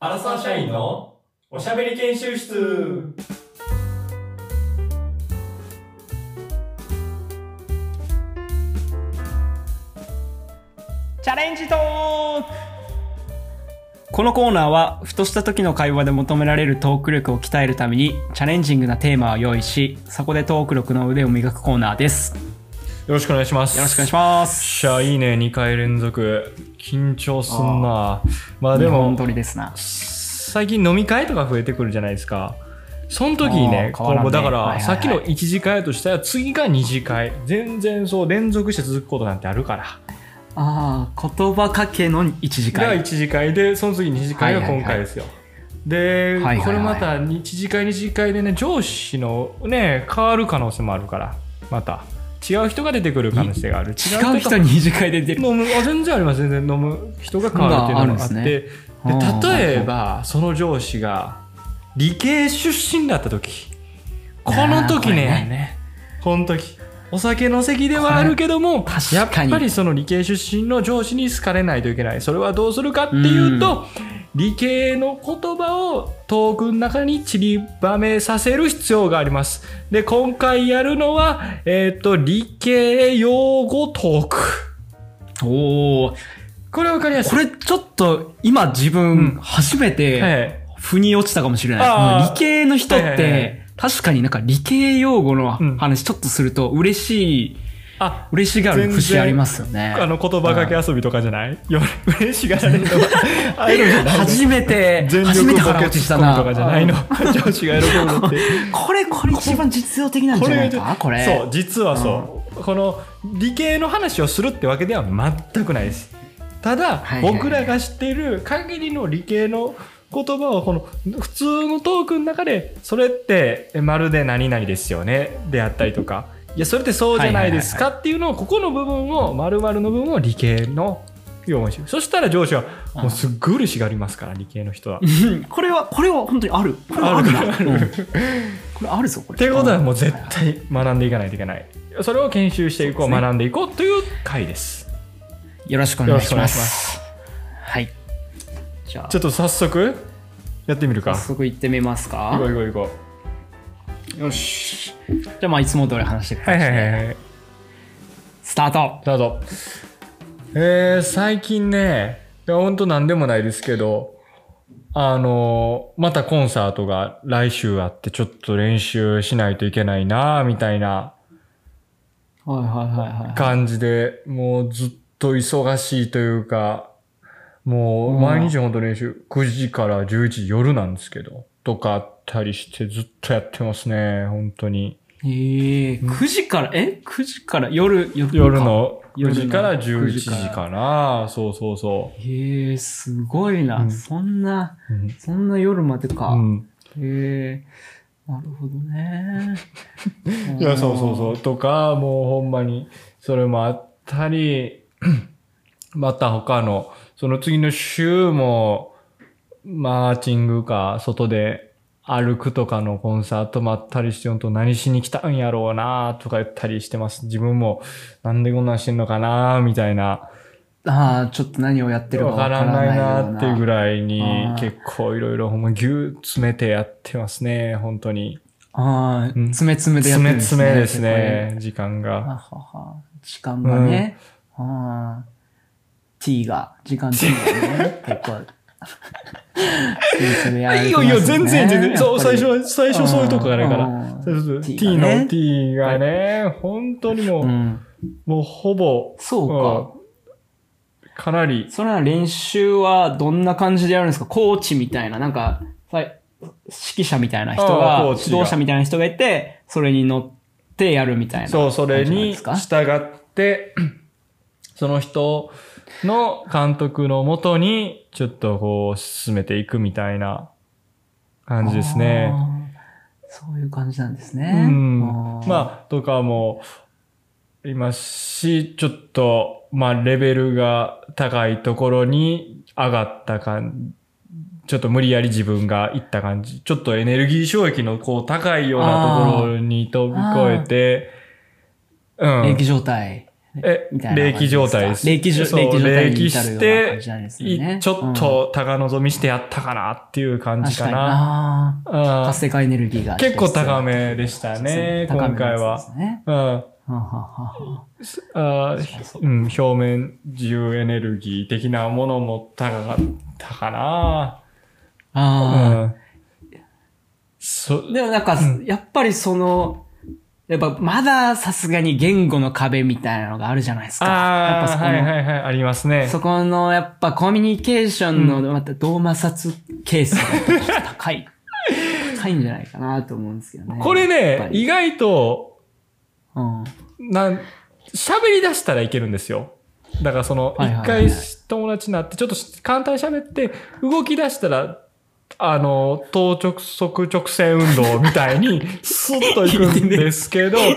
アラサー社員のおしゃべり研修室チャレンジトークこのコーナーは、ふとした時の会話で求められるトーク力を鍛えるために、チャレンジングなテーマを用意し、そこでトーク力の腕を磨くコーナーです。よよろしくお願いします。ろしくお願いします。しゃいいね、2回連続。緊張すんな。まあででも、本も、撮りですな。最近飲み会とか増えてくるじゃないですか。その時にね、あー変わらんねこうだから、はいはいはいさっきの1次会やとしたら、次が2次会。全然そう、連続して続くことなんてあるから。ああ、言葉かけの一時が間。 1次会で、その次2次会が今回ですよ。で、いはいはいこれまた1次会、2次会でね、上司のね、変わる可能性もあるから、また。違う人が出てくる可能性がある。違う人に二次会で出る。飲むあ全然あります全然飲む人が変わるっていうのもあってそんなのあでる例えばその上司が理系出身だった時この時ねあーこれこの時お酒の席ではあるけどもこれ確やっかにぱりその理系出身の上司に好かれないといけないそれはどうするかっていうと、理系の言葉をトークの中に散りばめさせる必要がありますで今回やるのは、えっと理系用語トークおお、これわかりやすいこれちょっと、今自うん分、初めて、え腑に落ちたかもしれあなーい。理系の人っはいはいはて、確かになんか理系用語の話ちょっとすると嬉しい。えあ嬉しがる節ありますよね。あの言葉かけ遊びとかじゃない、よ嬉しがられる のはああいうのじゃないの初めて、全初めて力ボ腹ケ落ちツしたッコミとかじゃないのな。上司が喜ぶのってこれ、これ一番実用的なんじゃないかこれ。そう実はそう、この理系の話をするってわけでは全くないですただ、はいはいはい僕らが知っている限りの理系の言葉をこの普通のトークの中でそれってえまるで何々ですよねであったりとかいやそれってそうじゃないですかっていうのをここの部分を丸々の部分を理系の用語にしそしたら上司はもうすっごい嬉しがりますから理系の人は。っうん これは、これは本当にある。これはあるな。うんこれあるぞ、これ。てことはもう絶ん対学んでいかないといけないそれを研修していこうそうですね学んでいこうという回です。よろしくお願いします。はい。じゃあ、ちょっと早速やってみるか。早行速行ってみますこうか。行こう行こよし。じゃあ、まあ、いつも通り話してくう。はだいはさいい。はいはい。スタート。どうぞ。えー、最近ね、いやほんと何でもないですけど、あのーまたコンサートが来週あって、ちょっと練習しないといけないなみたいなはいはいはいはい。感じで、もうずっと忙しいというか、もう毎日ほんと練習、9時から11時夜なんですけど、とかあったりしてずっとやってますね、本当に。ええ、9時から、え ?9 時から、夜、夜か夜。の夜9の時から11 9時時からかなそうそうそええ、すごいな。うんそんな。う、うんそんな夜までか。うんへえ、なるほどね 。いやそうそうそううとかもうほんまにそれもあったり また他のその次の週もマーチングか外で歩くとかのコンサートもあったりしてほんと何しに来たんやろうなとか言ったりしてます自分もなんでこんなんしてんのかなみたいなーん。ああ、ちょっと何をやってるかわかわかららなないいなっていうぐらい。らいにあー結構いろいろほんまぎゅう詰めてやってますね本当にああ、うん詰め詰めでやって詰るめんです詰めね。ですねこ時間れ。はがはは。時間がね。ああ。t が、時間 t が ね。結構。詰め詰めやられていまやすねいや全然全然そう最。やっ初は最初そういうとこからやかうんらそうそうそう T T がねの T がね本当にもぱりう。うんもうほぼそううんかなりか。それは練習はどんな感じでやるんですかコーチみたいな、なんか、さい指揮者みたいな人ああが、コー指チが導者みたいな人がいて、それに乗ってやるみたいな。そうそれに感じ従って その人の監督のもとにちょっとこう進めていくみたいな感じですね。あーそういう感じなんですね。うんあ、ーまあとかもいますしちょっとまあレベルが高いところに上がった感ちょっと無理やり自分が行った感じちょっとエネルギー衝撃のこう高いようなところに飛び越えて、うん、練習状態。え、みたいな感冷じですか気状態です。冷気状そう冷気状態に至るしような感じなんですよねて、いちょっと高望みしてやったかなっていう感じ確かかにな。な。うん活性化エネルギーが。結構高めでしたねそう今回は。高めのやつですねうんははははあーかにそううん、表面自由エネルギー的なものも高かったかな。あうんそあ。でもなんか、やっぱりその、やっぱまださすがに言語の壁みたいなのがあるじゃないですか。やあっあぱそこのはいはいはい、ありますね。そこの、やっぱコミュニケーションの、また、同摩擦ケースが高い。高いんじゃないかなと思うんですけどね。 これやっねぱ、り意外と、うん。なん、喋り出したらいけるんですよ。だからその、はいはい一はい回友達になって、ちょっとし簡単に喋って、動き出したら、あの、等直速直線運動みたいに、スッと行くんですけ ど、や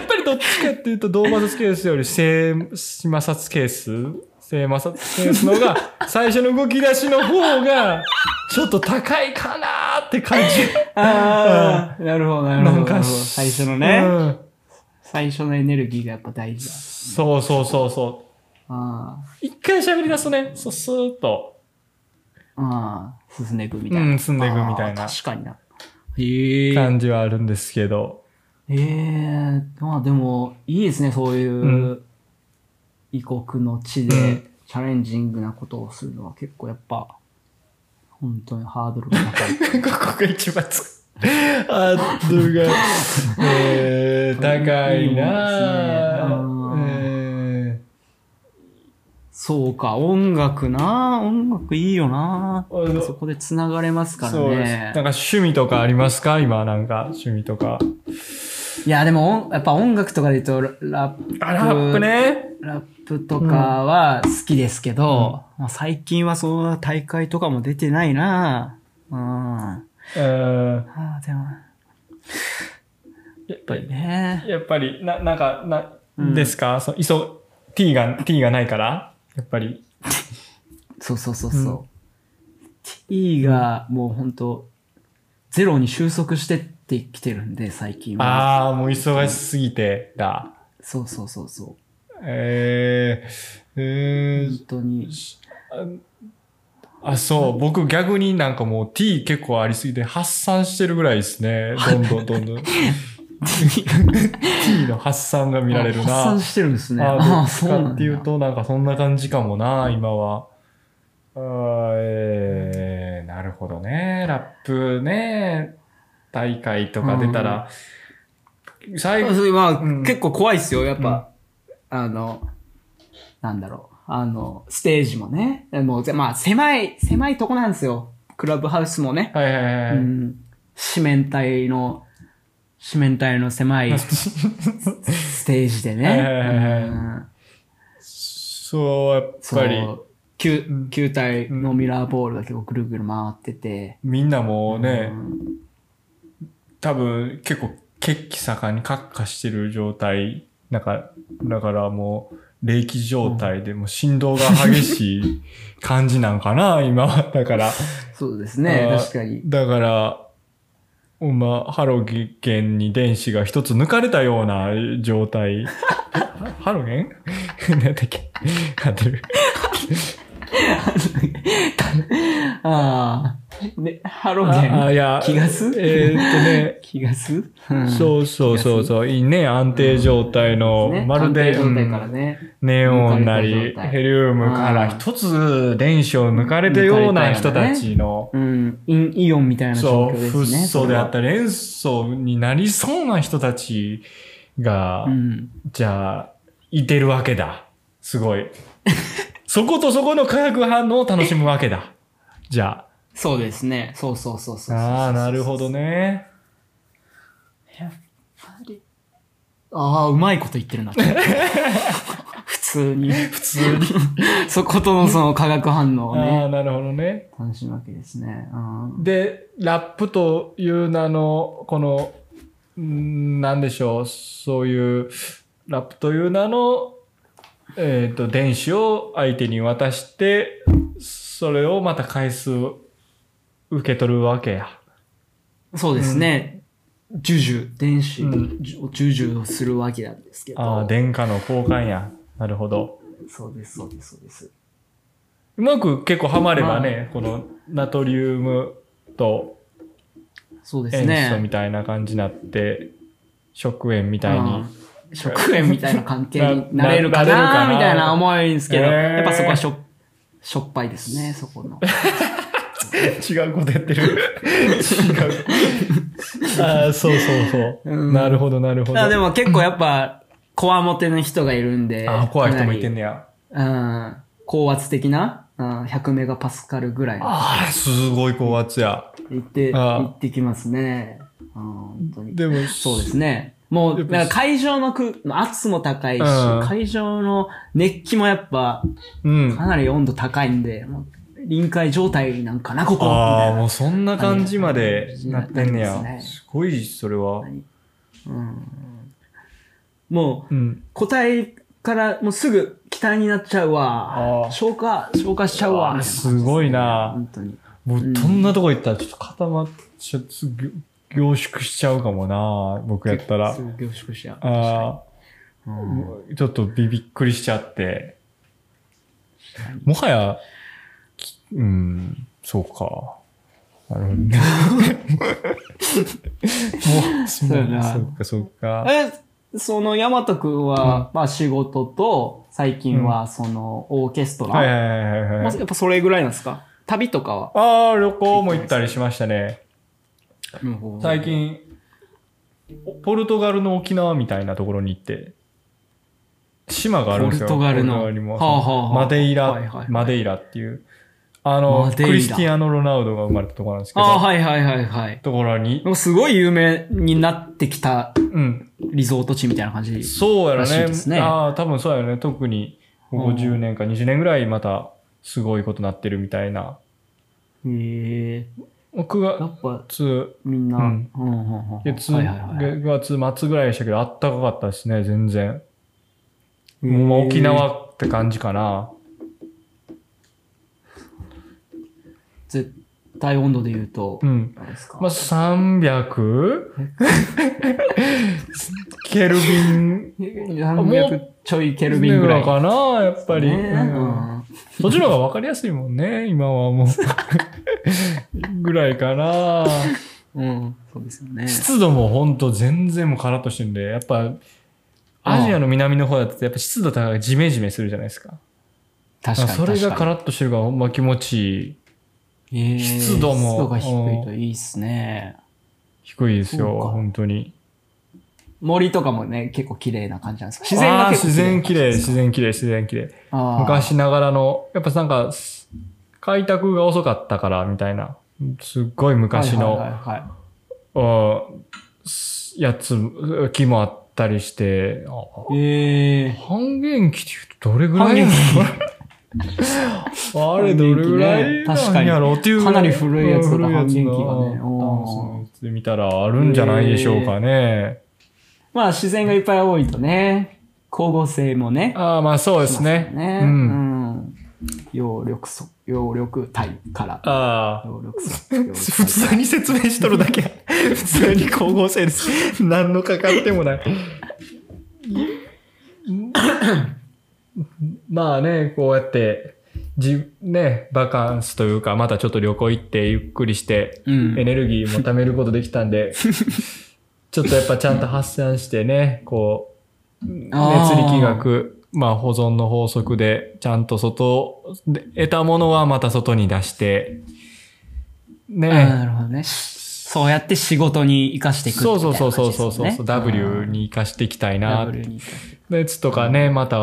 っぱりどっちかっていうと、同摩擦ケースより静摩擦ケース、静摩擦ケースの方が、最初の動き出しの方が、ちょっと高いかなーって感じ。ああ、なるほど、なるなほんど。なかるほどし、最初のね、うん最初のエネルギーがやっぱ大事だ。そうそうそうそう。あ一回喋り出すとね、そう、スーッと。あ、ああ、進んでいくみたいな。うん進んでいくみたいなああ確かにな。へえ。感じはあるんですけど。ええまあでも、いいですね、そういう、うん異国の地うんで、チャレンジングなことをするのは結構やっぱ、本当にハードルが高 い。ここが一番つ、あとが、 えー、高いなぁいいですねえそうか、音楽な音楽いいよなあのそこで繋がれますかーらそうです。なんかね。趣味とかありますか今なんか趣味とか。いや、でも音、やっぱ音楽とかで言うと、ララップ。あ、ラップ。ね。ラップとかは好きですけど、まあ最近はそんな大会とかも出てないなうん。うん。ああ、でも。やっぱりね。やっぱり、な、なんか、な、うんですかそう、いそ、t が、t がないからやっぱり。そうそうそうそう。T がもうほんと、ゼロに収束してってきてるんで、最近は。ああ、もう忙しすぎてだ。そうそうそうそう。えー、えー本、当に。あ、そう。僕逆になんかもう t 結構ありすぎて発散してるぐらいですね。どんどんどんどん。t の発散が見られるな。あ発散してるんですね。ああどあ、っちそうなんかだ。っていうとなんかそんな感じかもな、今は。あーえー、なるほどね。ラップね。大会とか出たら、最そう後、そうまあ、うん結構怖いっすよ、やっぱ、あの、なんだろう、あの、ステージもね、もうぜ、まあ、狭い、狭いとこなんですよ、クラブハウスもね。はいはいはうい。ん、四面体の、四面体の 狭いステージでね。はいはいはいはいうん そう、やっそぱり。う、球うん球体のミラーボールが結構ぐるぐる回ってて。みんなもうね、うん多分結構血気盛んにカッカしてる状態なんかだからもう冷気状態でもう振動が激しい感じなんかな 今はだからそうですねあ、ー確かに。 だからまあ、ハロゲンに電子が一つ抜かれたような状態。 ハロゲン 何だっけ合ってる。 ああ、ね、ハロゲああ、ンい や、気がすえーっとね、 気がする、うんそうそうそうそう、いいね、安定状態の、ねまるで、安定状態からうんね。ネオンな抜かれり、た状態ヘリウムから一つ電子を抜かれたような人たちの、うん、インイオンみたいな状そう、況ですフッね。素であったたり、塩素になりそうな人たちが、うん。じゃあ、いてるわけだ。すごい。 そことそこの化学反応を楽しむわけだ。じゃそうですね。そうそうそうそあ。う。ああ、なるほどね。ね。やっぱり。ああ、うまいこと言って るな。普通に。普通に。そことのその化学反応をあね、あ、なるほどね。楽しむわけですね。うんで、ラップという名の、この、んーなんでしょう、そういう、ラップという名の、えっ、と、電子を相手に渡して、それをまた回数受け取るわけや。そうですね。ジュジュ、電子うんジュジュをするわけなんですけど。ああ、電荷の交換や。なるほど。そうです、そうです、そうです。うまく結構ハマればね、このナトリウムとそうです塩素ねみ。たいな感じになって、食塩みたいに。うん食塩みたいな関係になれるかななれるかななみたいな思うんですけど、えーやっぱそこはしょ、しょっぱいですね、そこの。 違うことやってる。違う。ああ、そうそうそう。うんなるほど、なるほど。あでも結構やっぱ、こわもての人がいるんで。あ、怖い人もいてんね。ねや。うん。高圧的な、うん、100メガパスカルぐらいの。ああ、すごい高圧や。行って、あ行ってきますね。うん、本当に。でも、そうですね。もう、やだっかぱら会場の空、圧も高いし、うん会場の熱気もやっぱ、うん。かなり温度高いんで、もう臨界状態なんかな、ここみあたあ、いなもうそんな感じまでなってんねなりまや。すねすごい、それは。うんもう、うん。答えから、もうすぐ期待になっちゃうわあ。ー消化、消化しちゃうあーわ。みたいな感じですねすごいな本当に。もうんう、どんなとこ行ったら、ちょっと固まっちゃ、すぎょ凝縮しちゃうかもな、僕やったらす。ごい凝縮しちゃう。あうあ、んもうちょっとびびっくりしちゃって。もはや、きうん、そうか。なるほどね。もう、そううやなそうか、そうか。え、その、ヤマトくんは、まあ仕事と、最近は、その、オーケストラ。はいはいはいはいまはあい。やっぱそれぐらいなんですか旅とかは。ああ、旅行も行ったりしましたね。最うん。近、おポルトガルの沖縄みたいなところに行って、島があるんですよ。ポルトガルのポにもはあはあはあマデイはいはいはいラ、マデイラっていう、あのマ、デイクラリスティアーノ・ロナウドが生まれたところなんですけど、ああ、はいはいはいはい。ところに、なんかすごい有名になってきたうん、リゾート地みたいな感じ。そうやろらしいね。ですねああ、多分そうやろね。特に、ここうん10年か20年ぐらいまた、すごいことなってるみたいな。へえ。 9やっぱ月、みんな、ううんん、うん、うんうん。月、はいはいはい。 9月末ぐらいでしたけど、あったかかったですね、全然。もう沖へえ。縄って感じかな。絶対温度で言うとう、ん。何ですかまあ、300? ケルビン何百ちょいケルビンぐらい。かな、やっぱり。ねうんそっちの方が分かりやすいもんね、今はもう。 ぐらいかな。うん。うん。そうですよね。湿度もほんと全然もうカラッとしてるんで、やっぱ、アジアの南の方だとやっぱ湿度高いからジメジメするじゃないですか。確かに。それがカら、ラッとしてるからほんま気持ちいい。へえ湿度も湿度が低いといいっすね。低いですそうよ、か本当に。森とかもね、結構綺麗な感じなんですか自然があー結構自然綺麗、な感じ自然綺麗、自然綺麗。なんですか。昔ながらの、やっぱなんか、開拓が遅かったからみたいな、すっごいあー昔の、はいはいはいはいうんすやつ、木もあったりして、あええ半減期って言うとどれぐらいやろ あれどれぐらいなんやろっていう。かなり古いやつだなうん古いやつ半減な期がねおダンースのやつで見たらあるんじゃないでしょうかね。まあ自然がいっぱい多いとね、光合成もね、 ああ、まあそうですね。ね、う。うんん。葉緑素、葉緑体から。ああ。葉緑素。普葉緑体通に説明しとるだけ。 普通に光合成です。 何のかかってもない。 まあね、こうやって、じ、ね、バカンスというか、またちょっと旅行行ってゆっくりして、うんエネルギーも貯めることできたん で、ちょっとやっぱちゃんと発散してね、こう、あ熱ー力学、まあ保存の法則で、ちゃんと外、で得たものはまた外に出して、あーね、なるほどね。そうやって仕事に生かしていくっていそうそうそうそうそうそう、感じですよね W に生かしていきたいなって W に生かして。熱とかね、また、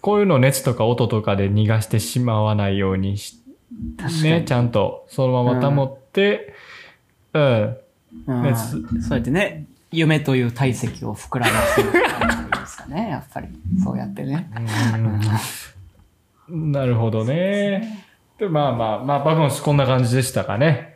こういうの熱とか音とかで逃がしてしまわないようにし、確かに。ね、ちゃんとそのまま保って、うん。うんねそつうやってね、夢という体積を膨らませる感じですかね、 やっぱり。そうやってね。なるほどね。で、まあまあ、まあ、バグンスこんな感じでしたかね。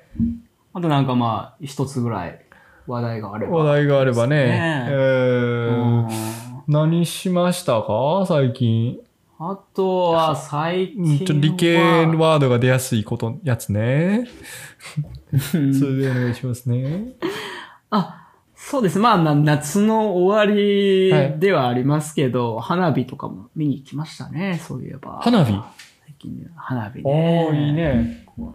あとなんかまあ、一つぐらい話題があれば。話題があればね。ねえうんー何しましたか最近。あとは最う近んは。ちょ理系ワードが出やすいこと、やつね。うんそれでお願いしますね。あ、そうです。まあ、な夏の終わはいりではありますけど、花火とかも見に行きましたね、そういえば。花火最近ね花火ね。おー、いい。ね。やっ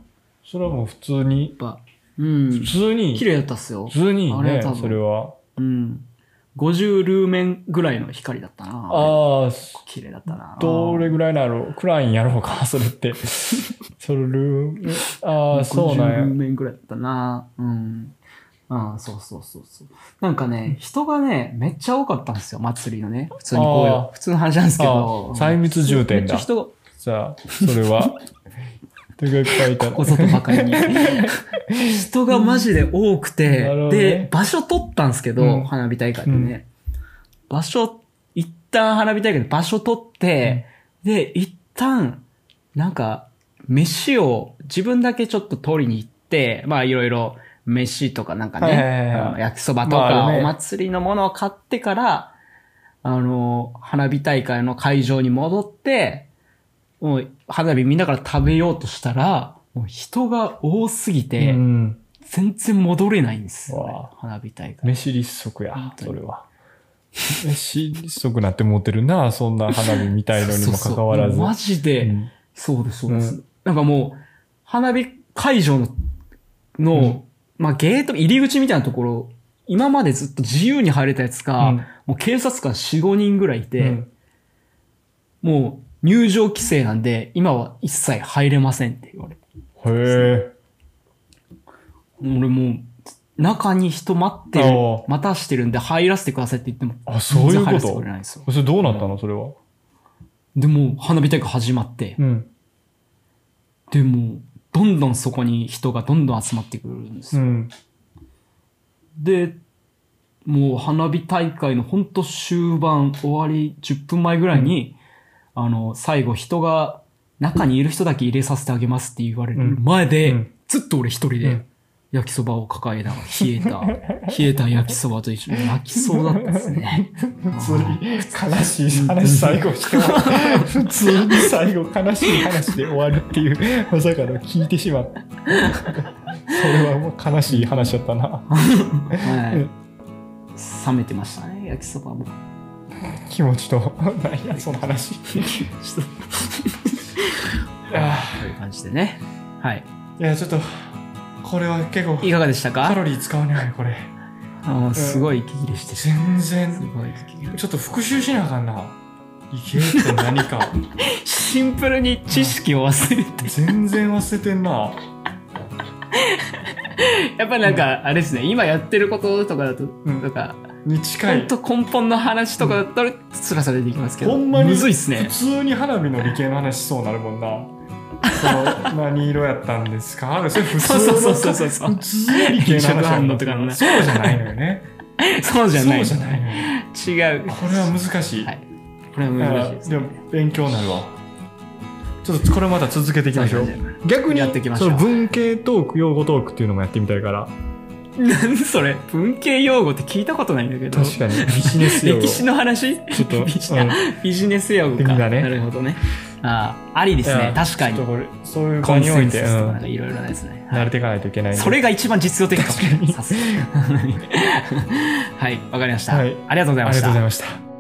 それはもう普通に、ぱ、うん普。通に、綺麗だったっすよ普。通にいいあれはね多、分それは。うん。50ルーメンぐらいの光だったな。ああ、綺麗だったな。どれぐらいなの暗いんやろうか、それ って。それルーム、ああ、そうな50んや。面ぐらいだったな。うん。ああ、そうそうそうそう。なんかね、人がね、めっちゃ多かったんですよ、祭りのね。普通にこうあよ。普通の話なんですけあどあ、。細密重点めっちゃだ。人が、じゃあ、それは。手がいっぱいいたら。 こそとばかり に。人がマジで多なるほくて、どねで、場所取ったんですけど、うん花火大会でね。場所、一旦花火大会で場所取って、で、一旦、なんか、飯を自分だけちょっと取りに行って、まあいろいろ飯とかなんかね、はいはいはいはいあの焼きそばとまあかあるおね祭りのものを買ってから、あの、花火大会の会場に戻って、もう花火見ながら食べようとしたら、もう人が多すぎうて、ん。全然戻れないんですよね、わ花火大会。飯立足や本、当にそれは。飯立足なって持ってるな、そんな花火みたいのにもかかわらず。そうそうもうマジで、うんそうです、そうです。うなんかもう、花火会場の、のうんまあゲート、入り口みたいなところ、今までずっと自由に入れたやつが、うんもう警察官4、5人ぐらいいて、うんもう入場規制なんで、今は一切入れませんって言われて。へ俺もう、中に人待ってるお、待たしてるんで入らせてくださいって言っても、あそういうこと全然入らせてくれないんですよ。え。それどうなったの、それは。で、もう花火大会始まって、うん。で、もうどんどんそこに人がどんどん集まってくるんですうよ。ん。で、もう花火大会のほんと終盤、終わり10分前ぐらいに、あの、最後人が、中にいる人だけ入れさせてあげますって言われる前で、うんずっと俺一人うでん焼きそばを抱えながら、冷えた、冷えた焼きそばと一緒に泣きそうだったですね。普通に悲しい話最後しても普通に最後悲しい話で終わるっていうまさかの聞いてしまったそれはもう悲しい話だったな はい。冷めてましたね、焼きそばも。気持ちとなんやその話ちょっいやと、という感じでね。はい。いやちょっとこれは結構いかがでしたカロかリー使わないこれあーすごい息切れしてる。全す然ごい息切れ。ちょっと復習しなあかんないけって何かをシンプルに知識を忘れて。全然忘れてんなやっぱりなんか、あれですね、今やってることとかだと、んなんか、に近本い当根本の話とかだったら、つらさ出てきますけど。ほんまにむずいっす普ね。通に花火の理系の話しそうなるもんな。その何色やったんですかそれ普通のそうそうそうそうそう普通の理系の話炎色反応とかのねそうじゃないのよね。そうじゃない。そうじゃないのよ。違う。これは難しい。はい。これは難しいですでね。も勉強になるわ。ちょっとこれまた続けていきましょうそうそう。逆にやっていきましょうその文系トーク、用語トークっていうのもやってみたいから。何それ文系用語って聞いたことないんだけど。確かにビジネス用語。歴史の話ちょっとビジうんビジネス用語的か。なねなるほどね。ああ、ありですうねん。確かにちょっ。とこれそういうコ場ンにおセいンて、サうスとかなんんかいろいろなですね。慣れていかないといけないんで。それが一番実 用的かもしれない。確かにさすがに はい、わかりました。はいありがとうございあまりしがとうごたざい。ました。